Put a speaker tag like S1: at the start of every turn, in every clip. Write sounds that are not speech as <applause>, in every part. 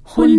S1: 婚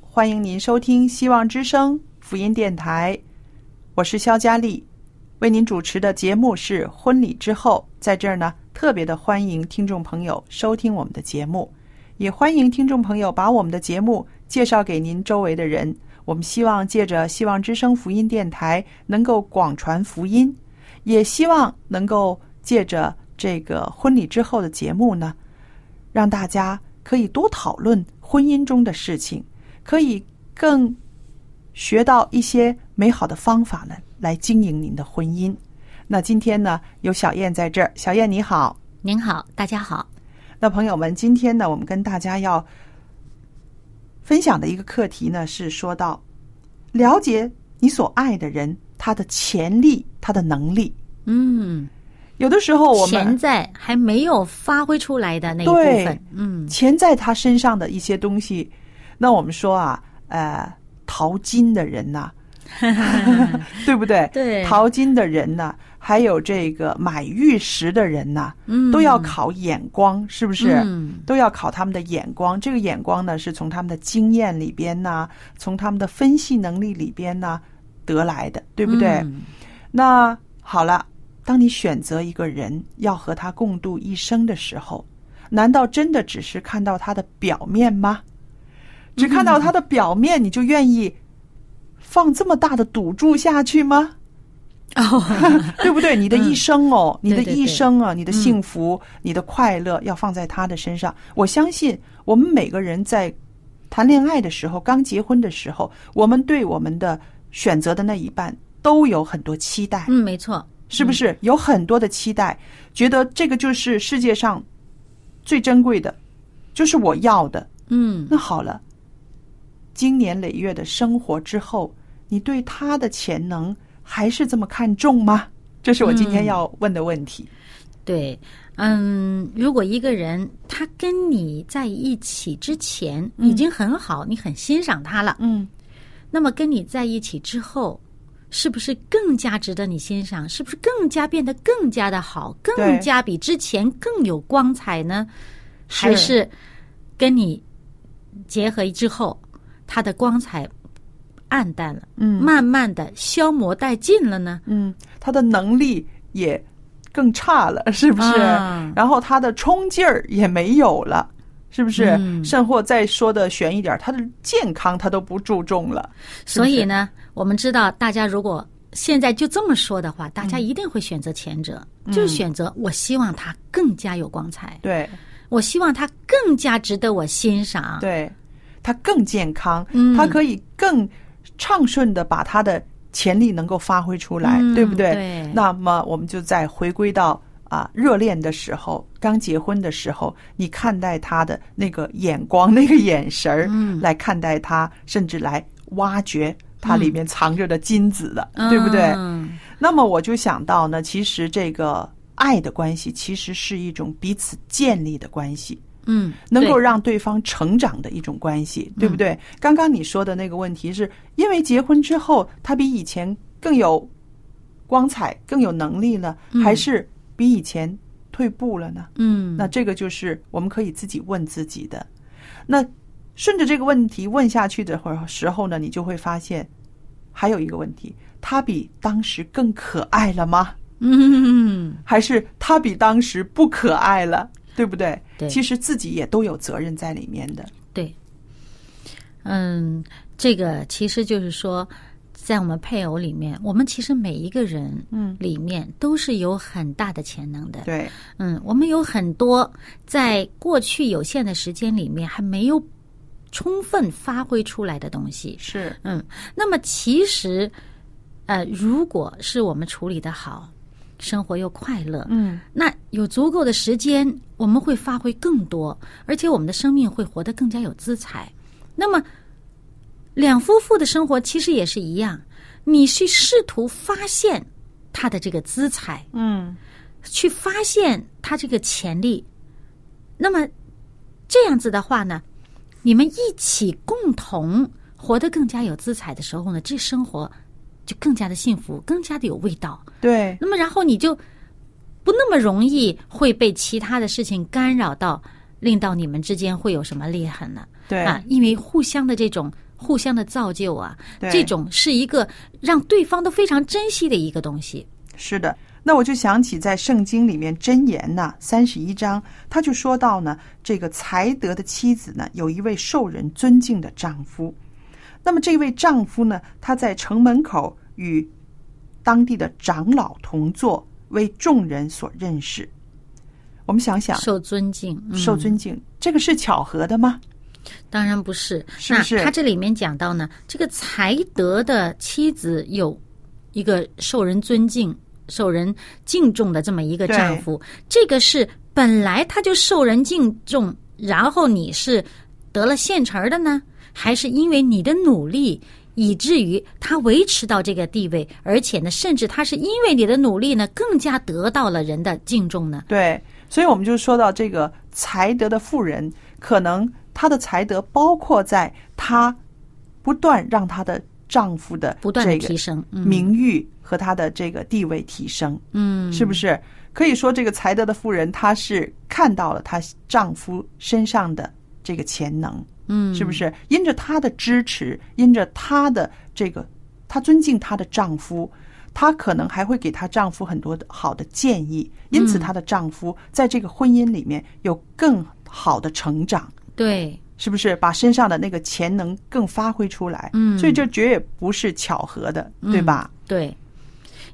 S2: 欢迎您收听希望之声福音电台，我是肖佳丽，为您主持的节目是《婚礼之后》。在这儿呢，特别的欢迎听众朋友收听我们的节目，也欢迎听众朋友把我们的节目介绍给您周围的人。我们希望借着希望之声福音电台能够广传福音，也希望能够借着这个婚礼之后的节目呢，让大家可以多讨论婚姻中的事情，可以更学到一些美好的方法呢，来经营您的婚姻。那今天呢，有小燕在这儿，小燕你好。
S1: 您好，大家好。
S2: 那朋友们，今天呢，我们跟大家要分享的一个课题呢，是说到了解你所爱的人他的潜力、他的能力。
S1: 嗯，
S2: 有的时候我们
S1: 潜在还没有发挥出来的那一部
S2: 对
S1: 分，嗯，
S2: 潜在他身上的一些东西。那我们说啊，呃，淘金的
S1: <laughs>
S2: 人呐、对不对？
S1: 对
S2: 淘金的人呐、还有这个买玉石的人呐、
S1: 嗯
S2: 都要考眼光，是不是？
S1: 嗯
S2: 都要考他们的眼光。这个眼光呢，是从他们的经验里边呐、从他们的分析能力里边呐得来的，对不对？
S1: 嗯
S2: 那好了，当你选择一个人要和他共度一生的时候，难道真的只是看到他的表面吗？只看到他的表面，你就愿意放这么大的赌注下去吗？
S1: 嗯
S2: <laughs> 对不对？你的一生哦，你的
S1: 对对对嗯
S2: 一生啊，你的幸福、你的快乐要放在他的身上。我相信我们每个人在谈恋爱的时候，刚结婚的时候，我们对我们的选择的那一半都有很多期待，
S1: 嗯，没错，
S2: 是不是？有很多的期待，觉得这个就是世界上最珍贵的，就是我要的。
S1: 嗯
S2: 那好了，经年累月的生活之后，你对他的潜能还是这么看重吗？这是我今天要问的问题。
S1: 对，嗯，如果一个人他跟你在一起之前已经很好，你很欣赏他了，
S2: 嗯，
S1: 那么跟你在一起之后，是不是更加值得你欣赏？是不是更加变得更加的好，更加比之前更有光彩呢？还是跟你结合之后，它的光彩暗淡了，
S2: 嗯
S1: 慢慢的消磨殆尽了呢？
S2: 嗯，他的能力也更差了， <laughs> 是不是？
S1: 啊
S2: 然后他的冲劲儿也没有了。是不是？
S1: 嗯
S2: 甚或再说的悬一点儿，他的健康他都不注重了。是
S1: 所
S2: 不是
S1: 以呢，我们知道，大家如果现在就这么说的话，
S2: 嗯
S1: 大家一定会选择前者，就是选择我希望它更加有光彩，
S2: 对
S1: 我希望它更加值得我欣赏。
S2: 对，他更健康，
S1: 啊嗯
S2: 他可以更畅顺的把他的潜力能够发挥出来，
S1: 嗯
S2: 对不对？
S1: 对
S2: 那么我们就再回归到啊热恋的时候，刚结婚的时候，你看待他的那个眼光、那个眼神儿，
S1: 嗯
S2: 来看待他，甚至来挖掘它里面藏着的金子的，对不对？
S1: 嗯
S2: 那么我就想到呢，其实这个爱的关系其实是一种彼此建立的关系，
S1: 嗯，
S2: 能够
S1: 对嗯
S2: 让对方成长的一种关系，对不对？刚刚你说的那个问题是，因为结婚之后，他比以前更有光彩、更有能力了，
S1: 嗯
S2: 还是比以前退步了呢？
S1: 嗯，
S2: 那这个就是我们可以自己问自己的。那顺着这个问题问下去的会儿时候呢，你就会发现，还有一个问题，他比当时更可爱了吗？
S1: 嗯，
S2: 还是他比当时不可爱了，对不对？
S1: <laughs> 对
S2: 其实自己也都有责任在里面的。
S1: 对，嗯，这个其实就是说，在我们配偶里面，我们其实每一个人，
S2: 嗯，
S1: 里面都是有很大的潜能的。
S2: 对，
S1: 嗯，我们有很多在过去有限的时间里面还没有充分发挥出来的东西。
S2: 是，
S1: 嗯，那么其实，呃，如果是我们处理的好，生活又快乐，
S2: 嗯，
S1: 那有足够的时间，我们会发挥更多，而且我们的生命会活得更加有姿采。那么，两夫妇的生活其实也是一样，你去试图发现他的这个姿采，
S2: 嗯，
S1: 去发现他这个潜力。那么这样子的话呢，你们一起共同活得更加有姿采的时候呢，这生活就更加的幸福，更加的有味道。
S2: 对，
S1: 那么然后你就不那么容易会被其他的事情干扰到，令到你们之间会有什么裂痕呢？
S2: 对，
S1: 啊，因为互相的这种互相的造就啊，
S2: 对
S1: 这种是一个让对方都非常珍惜的一个东西。
S2: 是的。那我就想起在圣经里面箴言呐、三十一章，他就说到呢，这个才德的妻子呢，有一位受人尊敬的丈夫。那么这位丈夫呢，他在城门口与当地的长老同坐，为众人所认识。我们想想，
S1: 受尊敬，嗯、
S2: 受尊敬，这个是巧合的吗？
S1: 当然不是。
S2: 是不是
S1: 那他这里面讲到呢，这个才德的妻子有一个受人尊敬、受人敬重的这么一个丈夫，这个是本来他就受人敬重，然后你是得了现成儿的呢，还是因为你的努力？以至于他维持到这个地位，而且呢，甚至他是因为你的努力呢，更加得到了人的敬重呢。
S2: 对，所以我们就说到这个才德的富人，可能她的才德包括在她不断让她的丈夫的
S1: 不断的
S2: 这个
S1: 提升，嗯
S2: 名誉和她的这个地位提升，
S1: 嗯，
S2: 是不是？可以说，这个才德的妇人，她是看到了她丈夫身上的这个潜能，
S1: 嗯，
S2: 是不是？因着她的支持，因着她的这个，她尊敬她的丈夫，她可能还会给她丈夫很多的好的建议，因
S1: 嗯
S2: 此她的丈夫在这个婚姻里面有更好的成长，
S1: 对，
S2: 是不是？把身上的那个潜能更发挥出来，
S1: 嗯
S2: 所以这绝也不是巧合的，对吧？
S1: 对，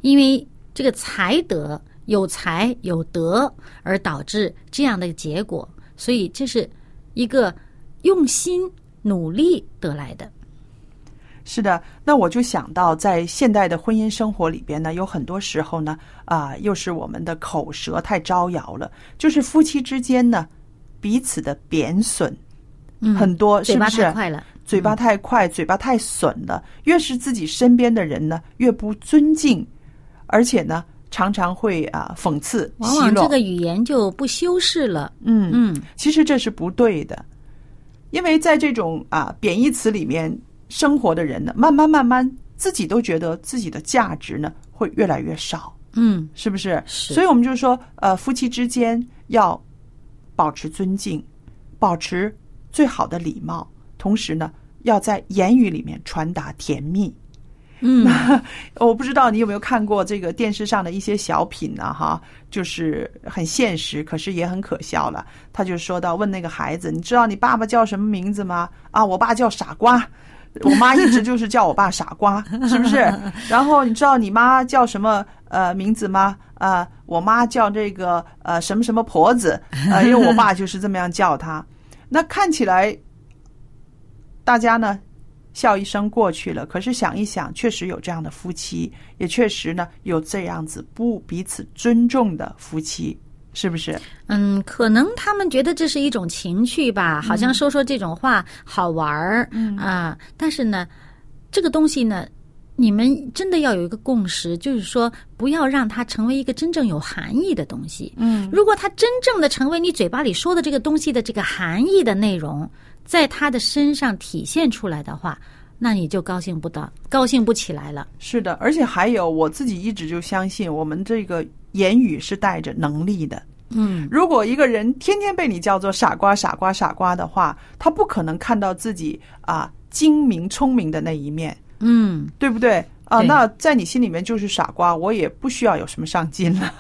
S1: 因为这个才德有才有德，而导致这样的结果，所以这是一个用心努力得来的。
S2: 是的，那我就想到，在现代的婚姻生活里边呢，有很多时候呢，啊、又是我们的口舌太招摇了，就是夫妻之间呢，彼此的贬损，
S1: 嗯，
S2: 很多
S1: 嘴
S2: 是不
S1: 巴
S2: 是
S1: 太快嗯了，
S2: 嘴巴太快，嘴巴太损了，越是自己身边的人呢，越不尊敬，而且呢，常常会啊、讽刺、
S1: 往
S2: 奚
S1: 往这
S2: 落
S1: 个。语言就不修饰了。
S2: 嗯
S1: 嗯，
S2: 其实这是不对的，因为在这种啊贬义词里面生活的人呢，慢慢慢慢自己都觉得自己的价值呢会越来越少，
S1: 嗯，
S2: 是不是？
S1: 是
S2: 所以我们就说，呃，夫妻之间要保持尊敬，保持最好的礼貌，同时呢，要在言语里面传达甜蜜。
S1: 嗯，
S2: 我不知道你有没有看过这个电视上的一些小品呢、哈，就是很现实，可是也很可笑了。他就说到问那个孩子，你知道你爸爸叫什么名字吗？啊，我爸叫傻瓜。我妈一直就是叫我爸傻瓜，是不是？然后你知道你妈叫什么呃名字吗？呃，我妈叫这个呃什么什么婆子，呃，因为我爸就是这么样叫她。那看起来大家呢笑一声过去了。可是想一想，确实有这样的夫妻，也确实呢有这样子不彼此尊重的夫妻，是不是？
S1: 嗯，可能他们觉得这是一种情趣吧，好像说说这种话好玩儿，啊、但是呢，这个东西呢，你们真的要有一个共识，就是说不要让它成为一个真正有含义的东西。
S2: 嗯，
S1: 如果它真正的成为你嘴巴里说的这个东西的这个含义的内容，在他的身上体现出来的话，那你就高兴不得，高兴不起来了。
S2: 是的，而且还有，我自己一直就相信，我们这个言语是带着能力的。
S1: 嗯，
S2: 如果一个人天天被你叫做傻瓜、傻瓜、傻瓜的话，他不可能看到自己啊精明、聪明的那一面，
S1: 嗯，
S2: 对不对？啊，
S1: 对
S2: 那在你心里面就是傻瓜，我也不需要有什么上进 <laughs> 了，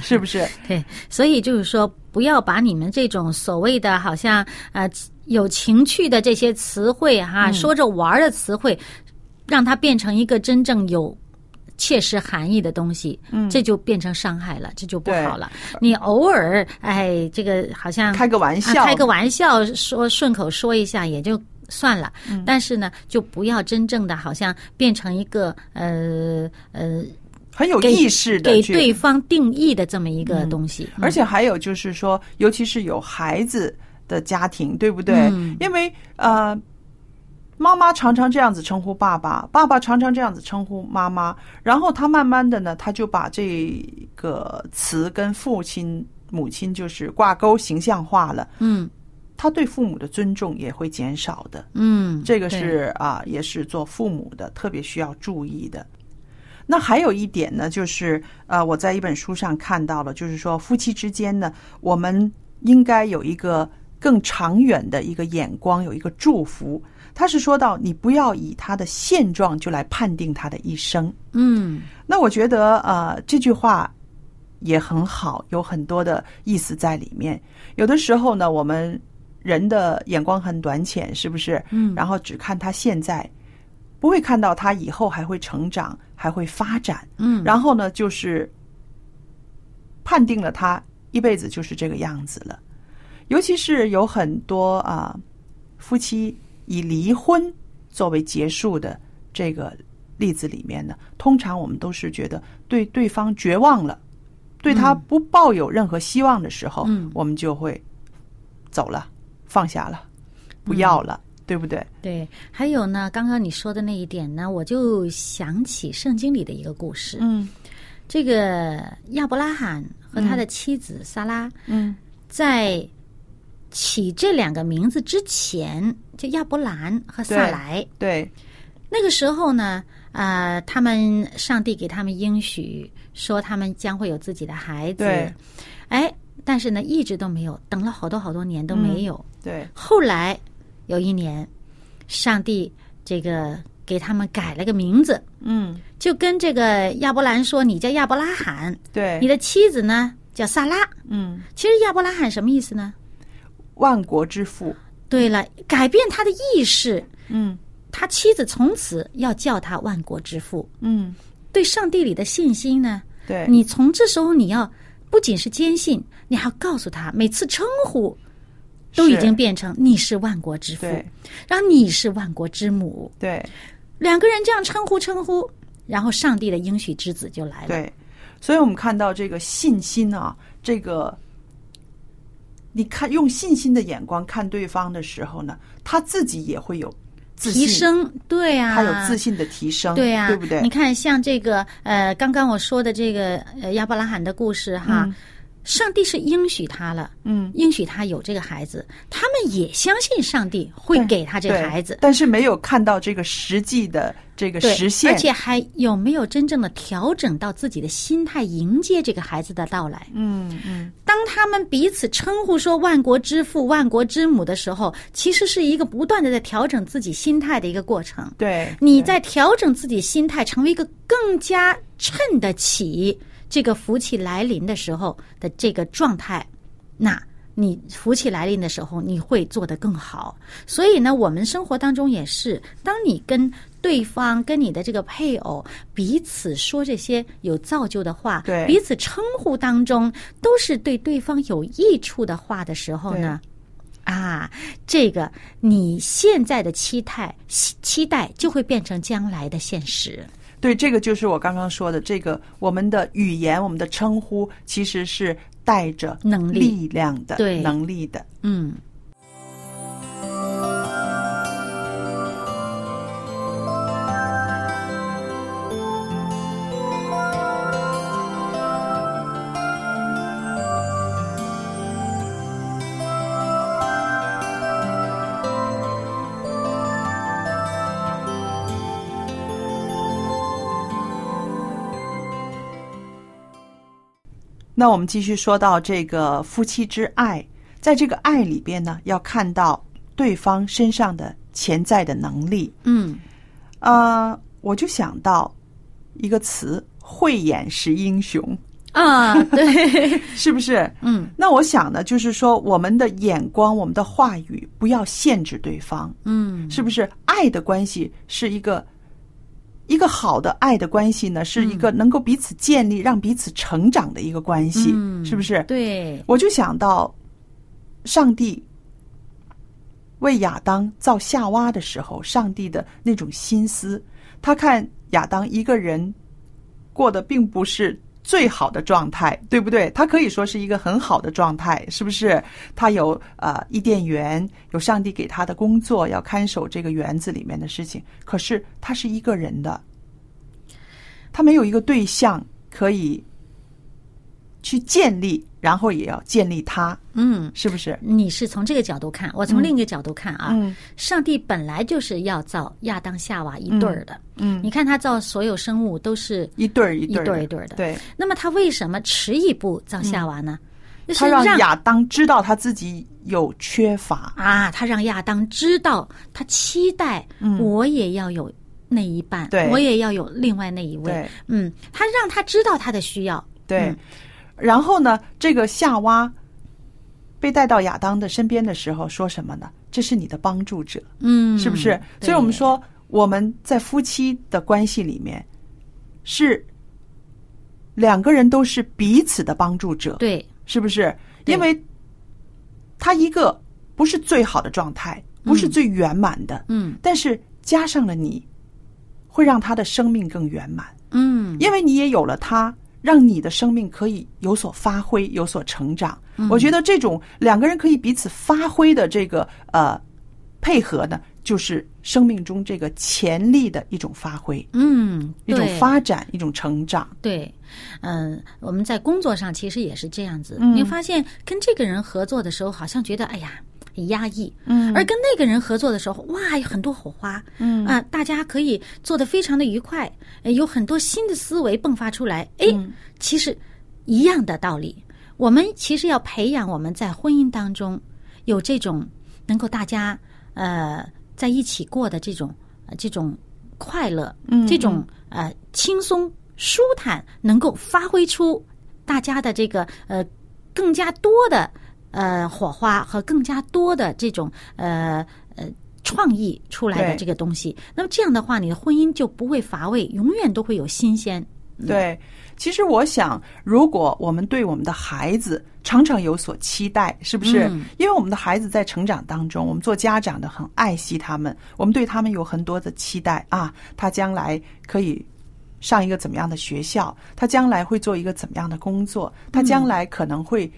S2: 是不是？
S1: 对，所以就是说，不要把你们这种所谓的好像呃有情趣的这些词汇
S2: 嗯
S1: 哈，说着玩儿的词汇，让它变成一个真正有。切实含义的东西，嗯，这就变成伤害了，这就不
S2: 对
S1: 好了。你偶尔，哎，这个好像
S2: 嗯开个玩
S1: 啊
S2: 笑，
S1: 开个玩笑说顺口说一下也就算了。
S2: 嗯
S1: 但是呢，就不要真正的好像变成一个呃呃
S2: 很有
S1: 给
S2: 意识的
S1: 给
S2: 去
S1: 对方定义的这么一个东西。
S2: 嗯而且还有就是说，尤其是有孩子的家庭，对不对？
S1: 嗯
S2: 因为呃，妈妈常常这样子称呼爸爸，爸爸常常这样子称呼妈妈，然后他慢慢的呢，他就把这个词跟父亲、母亲就是挂钩，形象化了。
S1: 嗯
S2: 他对父母的尊重也会减少的。
S1: 嗯，
S2: 这个
S1: 对
S2: 是啊，也是做父母的特别需要注意的。那还有一点呢，就是呃，我在一本书上看到了，就是说夫妻之间呢，我们应该有一个更长远的一个眼光，有一个祝福。他是说到，你不要以他的现状就来判定他的一生。
S1: 嗯
S2: 那我觉得呃这句话也很好，有很多的意思在里面。有的时候呢，我们人的眼光很短浅，是不是？
S1: 嗯
S2: 然后只看他现在，不会看到他以后还会成长，还会发展。
S1: 嗯，
S2: 然后呢，就是判定了他一辈子就是这个样子了。尤其是有很多啊、夫妻以离婚作为结束的这个例子里面呢，通常我们都是觉得对对方绝望了，对他不抱有任何希望的时候，
S1: 嗯
S2: 我们就会走了，放下了，不要了，对不对？
S1: 对，还有呢，刚刚你说的那一点呢，我就想起圣经里的一个故事，
S2: 嗯
S1: 这个亚伯拉罕和他的妻子撒拉，
S2: 嗯
S1: 在起这两个名字之前，就亚伯兰和萨
S2: 对
S1: 莱。
S2: 对，
S1: 那个时候呢，呃，他们上帝给他们应许，说他们将会有自己的孩子。
S2: 对，
S1: 哎，但是呢，一直都没有，等了好多好多年
S2: 嗯
S1: 都没有。
S2: 对，
S1: 后来有一年，上帝这个给他们改了个名字，
S2: 嗯
S1: 就跟这个亚伯兰说：“你叫亚伯拉罕，
S2: 对，
S1: 你的妻子呢叫萨拉。
S2: 嗯，”
S1: 其实亚伯拉罕什么意思呢？
S2: 万国之父，
S1: 对了，改变他的意识，
S2: 嗯。
S1: 他妻子从此要叫他万国之父。
S2: 嗯，
S1: 对上帝里的信心呢？
S2: 对，
S1: 你从这时候你要不仅是坚信，你还要告诉他，每次称呼都已
S2: 是
S1: 经变成你是万国之父，
S2: 对
S1: 然后你是万国之母，
S2: 对
S1: 两个人这样称呼称呼，然后上帝的应许之子就来了。
S2: 对，所以我们看到这个信心啊，这个你看用信心的眼光看对方的时候呢，他自己也会有自信
S1: 提，升，对啊，
S2: 他有自信的提升，
S1: 对呀、
S2: 对不对
S1: 你？看，像这个呃，刚刚我说的这个呃亚伯拉罕的故事哈，上帝是应许他了，
S2: 嗯，
S1: 应许他有这个孩子，他们也相信上帝会给他这个
S2: 对
S1: 孩子，
S2: 但是没有看到这个实际的这个
S1: 对，
S2: 实现，
S1: 而且还有没有真正的调整到自己的心态，迎接这个孩子的到来？
S2: 嗯嗯，
S1: 当他们彼此称呼说“万国之父”“万国之母”的时候，其实是一个不断的在调整自己心态的一个过程。
S2: 对，
S1: 你在调整自己心态，成为一个更加衬得起这个福气来临的时候的这个状态，那你福气来临的时候，你会做得更好。所以呢，我们生活当中也是，当你跟对方、跟你的这个配偶彼此说这些有造就的话，
S2: 对
S1: 彼此称呼当中都是对对方有益处的话的时候呢。啊，这个你现在的期待期期待就会变成将来的现实。
S2: 对，这个就是我刚刚说的，这个我们的语言、我们的称呼其实是带着
S1: 能力
S2: 力量的，
S1: 对
S2: 能力的。
S1: 嗯，
S3: Thank
S2: 那我们继续说到这个夫妻之爱，在这个爱里边呢，要看到对方身上的潜在的能力。
S1: 嗯，
S2: 呃，我就想到一个词“慧眼识英雄
S1: 啊，对，”， <laughs>
S2: 是不是？
S1: 嗯
S2: 那我想呢，就是说我们的眼光、我们的话语不要限制对方，
S1: 嗯，
S2: 是不是？爱的关系是一个一个好的爱的关系呢，是一
S1: 嗯
S2: 个能够彼此建立、让彼此成长的一个关系，
S1: 嗯
S2: <laughs> 是不是？
S1: 对，
S2: 我就想到，上帝为亚当造夏娃的时候，上帝的那种心思，他看亚当一个人过得并不是。最好的状态，对不对？他可以说是一个很好的状态，是不是？他有呃伊甸园，有上帝给他的工作，要看守这个园子里面的事情。可是他是一个人的，他没有一个对象可以去建立，然后也要建立他，
S1: 嗯，
S2: 是不是？
S1: 你是从这个角度看，我从另一个角度看啊，
S2: 嗯
S1: 上帝本来就是要造亚当夏娃一对儿的，
S2: 嗯，
S1: 你看他造所有生物都是
S2: 一对儿一
S1: 一
S2: 对
S1: 对儿一
S2: 儿的，
S1: 对儿的，
S2: 对，
S1: 那么他为什么迟一步造夏娃呢？就是
S2: 嗯他让亚当知道他自己有缺乏，
S1: 啊，他让亚当知道，他期待
S2: 嗯
S1: 我也要有那一半，
S2: 对
S1: 我也要有另外那一位。
S2: 对
S1: 嗯，他让他知道他的需要。
S2: 对
S1: 嗯。
S2: 然后呢，这个夏娃被带到亚当的身边的时候，说什么呢？这是你的帮助者，
S1: 嗯，
S2: 是不是？
S1: 对
S2: 所以我们，说，我们在夫妻的关系里面是两个人都是彼此的帮助者，
S1: 对，
S2: 是不是？
S1: 对
S2: 因为他一个不是最好的状态，不是最圆满的，
S1: 嗯
S2: 但是加上了你，会让他的生命更圆满，
S1: 嗯
S2: 因为你也有了他。让你的生命可以有所发挥，有所成长。我觉得这种两个人可以彼此发挥的这个呃配合呢，就是生命中这个潜力的一种发挥、
S1: 嗯，
S2: 一种
S1: 对
S2: 发展、一种成长。
S1: 对，嗯，我们在工作上其实也是这样子。
S2: 嗯
S1: 你会发现跟这个人合作的时候，好像觉得哎呀很压抑，
S2: 嗯
S1: 而跟那个人合作的时候，哇，有很多火花，
S2: 嗯
S1: 啊、大家可以做得非常的愉快，呃有很多新的思维迸发出来。哎，
S2: 嗯
S1: 其实一样的道理，我们其实要培养我们在婚姻当中有这种能够大家呃在一起过的这种、呃这种快乐，
S2: 嗯
S1: 这种呃轻松舒坦，能够发挥出大家的这个呃更加多的呃火花和更加多的这种呃呃创意出来的
S2: 对
S1: 这个东西。那么这样的话，你的婚姻就不会乏味，永远都会有新鲜。
S2: 对，其实我想，如果我们对我们的孩子常常有所期待，是不是？
S1: 嗯
S2: 因为我们的孩子在成长当中，我们做家长的很爱惜他们，我们对他们有很多的期待啊，他将来可以。上一个怎么样的学校？他将来会做一个怎么样的工作？他将来可能会，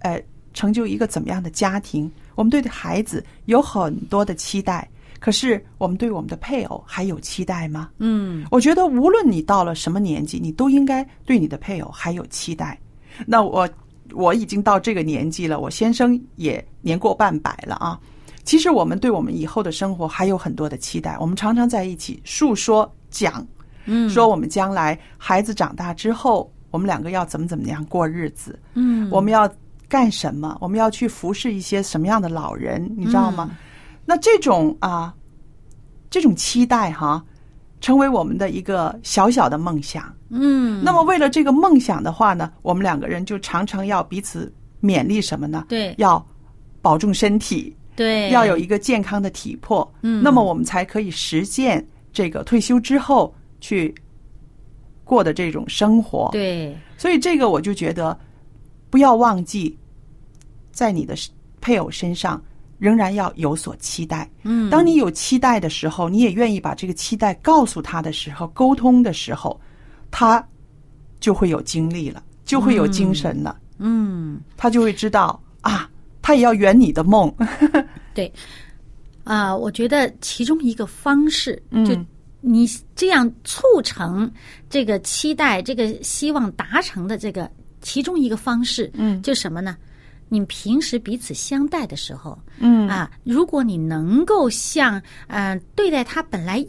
S2: 呃，成就一个怎么样的家庭？我们对孩子有很多的期待，可是我们对我们的配偶还有期待吗？
S1: 嗯
S2: 我觉得无论你到了什么年纪，你都应该对你的配偶还有期待。那我我已经到这个年纪了，我先生也年过半百了啊。其实我们对我们以后的生活还有很多的期待，我们常常在一起述说讲，
S1: 嗯
S2: 说我们将来孩子长大之后，我们两个要怎么怎么样过日子，
S1: 嗯，
S2: 我们要干什么，我们要去服侍一些什么样的老人，你知道吗？
S1: 嗯
S2: 那这种啊，这种期待哈，成为我们的一个小小的梦想。
S1: 嗯，
S2: 那么为了这个梦想的话呢，我们两个人就常常要彼此勉励什么呢？
S1: 对
S2: 要保重身体，
S1: 对
S2: 要有一个健康的体魄。
S1: 嗯
S2: 那么我们才可以实践这个退休之后去过的这种生活。
S1: 对
S2: 所以这个我就觉得，不要忘记，在你的配偶身上仍然要有所期待。
S1: 嗯
S2: 当你有期待的时候，你也愿意把这个期待告诉他的时候，沟通的时候，他就会有精力了，就会有精神了，
S1: 嗯。
S2: 他就会知道啊，他也要圆你的梦。
S1: 对，啊、我觉得其中一个方式，
S2: 嗯
S1: 就你这样促成这个期待、这个希望达成的这个其中一个方式，
S2: 嗯
S1: 就什么呢？你平时彼此相待的时候，
S2: 嗯
S1: 啊，如果你能够像嗯、呃对待他本来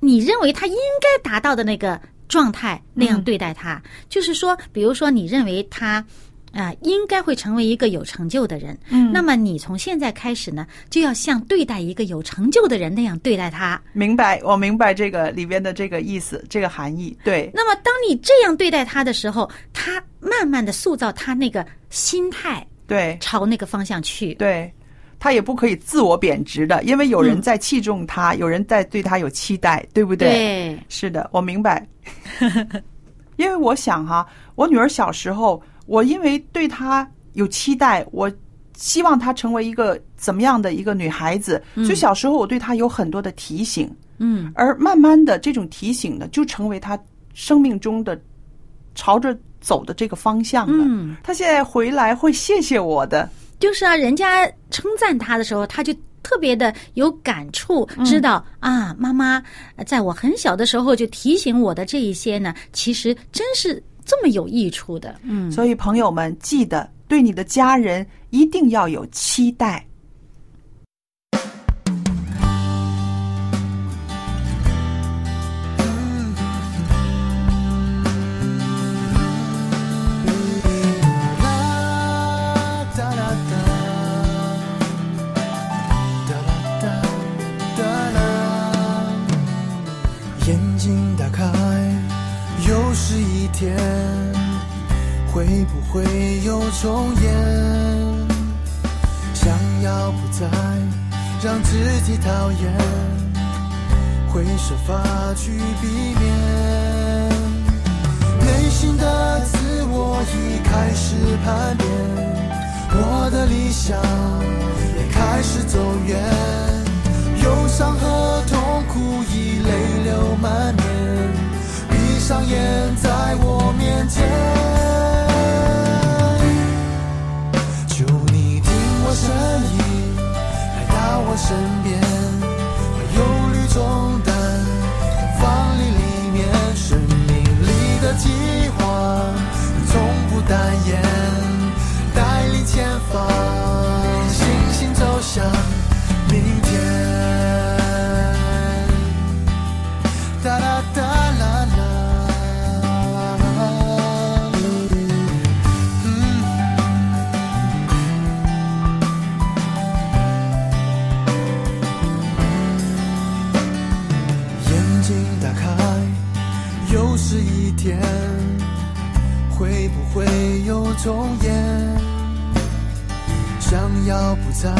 S1: 你认为他应该
S2: 嗯
S1: 达到的那个状态那样对待他，就是说，比如说你认为他啊、应该会成为一个有成就的人。嗯，那么你从现在开始呢，就要像对待一个有成就的人那样对待他。
S2: 明白，我明白这个里边的这个意思，这个含义。对，
S1: 那么当你这样对待他的时候，他慢慢的塑造他那个心态，
S2: 对，
S1: 朝那个方向去。
S2: 对，他也不可以自我贬值的，因为有人在器重他，有人在对他有期待，对不对？
S1: 对，
S2: 是的，我明白。 <laughs> 因为我想哈、我女儿小时候，我因为对她有期待，我希望她成为一个怎么样的一个女孩子，所以小时候我对她有很多的提醒，
S1: 嗯，
S2: 而慢慢的这种提醒呢，就成为她生命中的朝着走的这个方向了。
S1: 嗯，
S2: 她现在回来会谢谢我的，
S1: 就是啊，人家称赞他的时候，他就特别的有感触，知道、啊，妈妈呃在我很小的时候就提醒我的这一些呢，其实真是这么有益处的。嗯，
S2: 所以朋友们记得对你的家人一定要有期待。
S3: 眼睛打开，又是一天，会不会又重演？想要不再让自己讨厌，会设法去避免。内心的自我已开始叛变，我的理想也开始走远，忧伤和痛苦已泪流满面，闭上眼在我面前。求你听我声音，来到我身边，把忧虑重担放你里面，生命里的计划从不淡言，带领前方，信心走向明天。哒啦哒啦啦。嗯眼睛打开，又是一天，会不会又重演？想要不再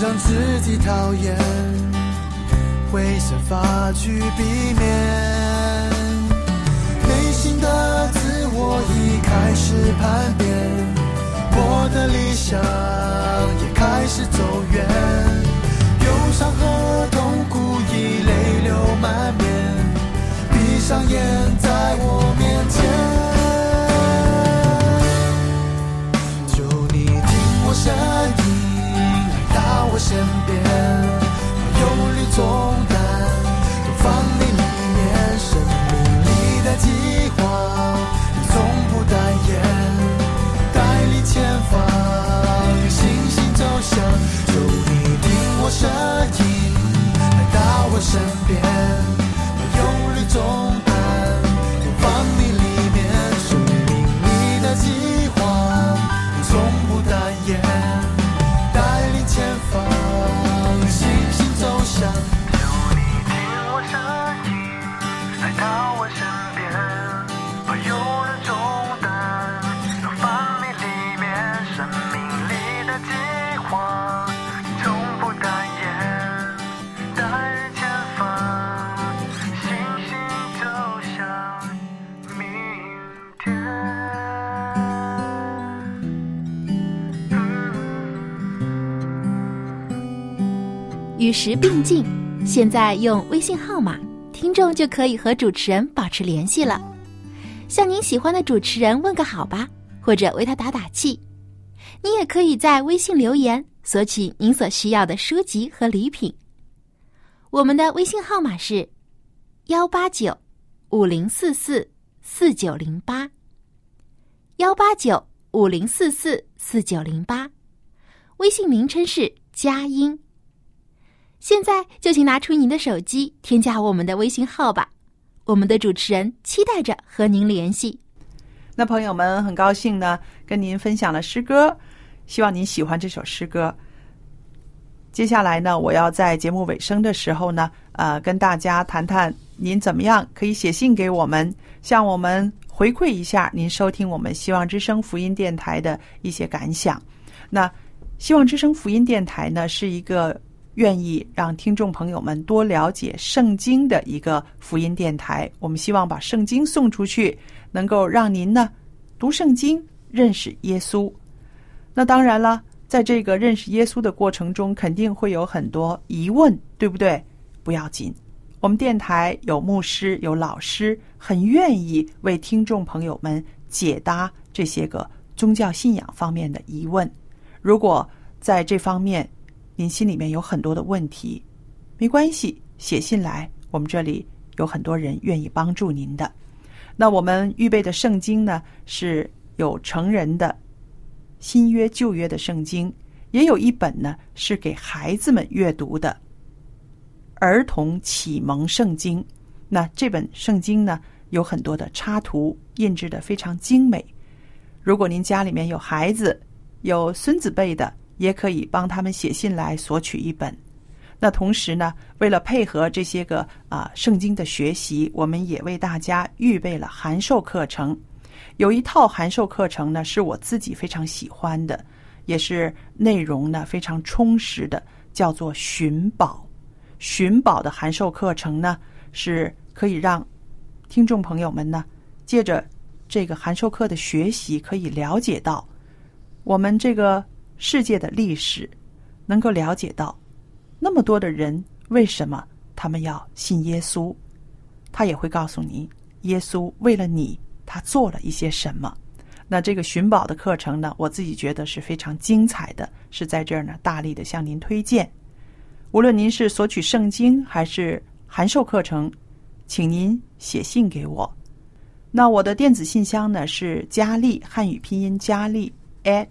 S3: 让自己讨厌，会设法去避免。内心的自我已开始叛变，我的理想也开始走远，忧伤和痛苦已泪流满面，闭上眼在我面前。求你听我声音，来到我身边，把忧虑重担都放你里面，生命里的计划你从不淡言，带领前方，信心走向。求你听我声音，来到我身边，把忧虑重担都放你里面，生命里的计划。你从不淡言，带领前方，信心走向。求你听我声音，来到我身边，把忧虑重担都放你里面，生命里的计划，你从不淡言，带领前方，信心走向明天。嗯
S4: 与时并进，现在用微信号码，听众就可以和主持人保持联系了。向您喜欢的主持人问个好吧，或者为他打打气。你也可以在微信留言索取您所需要的书籍和礼品。我们的微信号码是幺八九五零四四四九零八，幺八九五零四四四九零八，微信名称是佳音。现在就请拿出您的手机，添加我们的微信号吧。我们的主持人期待着和您联系。
S2: 那朋友们很高兴呢，跟您分享了诗歌，希望您喜欢这首诗歌。接下来呢，我要在节目尾声的时候呢，呃，跟大家谈谈您怎么样可以写信给我们，向我们回馈一下您收听我们希望之声福音电台的一些感想。那希望之声福音电台呢，是一个愿意让听众朋友们多了解圣经的一个福音电台。我们希望把圣经送出去，能够让您呢读圣经，认识耶稣。那当然了，在这个认识耶稣的过程中，肯定会有很多疑问，对不对？不要紧，我们电台有牧师、有老师，很愿意为听众朋友们解答这些个宗教信仰方面的疑问。如果在这方面您心里面有很多的问题，没关系，写信来，我们这里有很多人愿意帮助您的。那我们预备的圣经呢，是有成人的新约、旧约的圣经，也有一本呢是给孩子们阅读的儿童启蒙圣经。那这本圣经呢，有很多的插图，印制的非常精美。如果您家里面有孩子，有孙子辈的，也可以帮他们写信来索取一本。那同时呢，为了配合这些个啊、圣经的学习，我们也为大家预备了函授课程。有一套函授课程呢，是我自己非常喜欢的，也是内容呢非常充实的，叫做寻宝。寻宝的函授课程呢，是可以让听众朋友们呢，借着这个函授课的学习，可以了解到我们这个世界的历史，能够了解到那么多的人为什么他们要信耶稣，他也会告诉你，耶稣为了你，他做了一些什么。那这个寻宝的课程呢，我自己觉得是非常精彩的，是在这儿呢大力的向您推荐。无论您是索取圣经还是函授课程，请您写信给我。那我的电子信箱呢是佳丽汉语拼音佳丽 at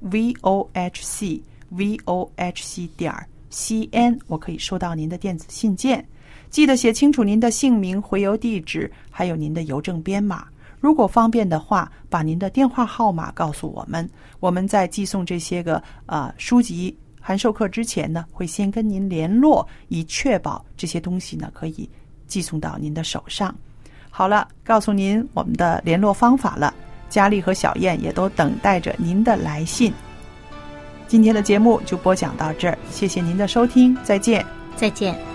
S2: v o h c v o h c 点 c n，我可以收到您的电子信件。记得写清楚您的姓名、回邮地址，还有您的邮政编码。如果方便的话，把您的电话号码告诉我们，我们在寄送这些个呃书籍函授课之前呢，会先跟您联络，以确保这些东西呢可以寄送到您的手上。好了，告诉您我们的联络方法了。佳丽和小燕也都等待着您的来信。今天的节目就播讲到这儿，谢谢您的收听，再见。
S1: 再见。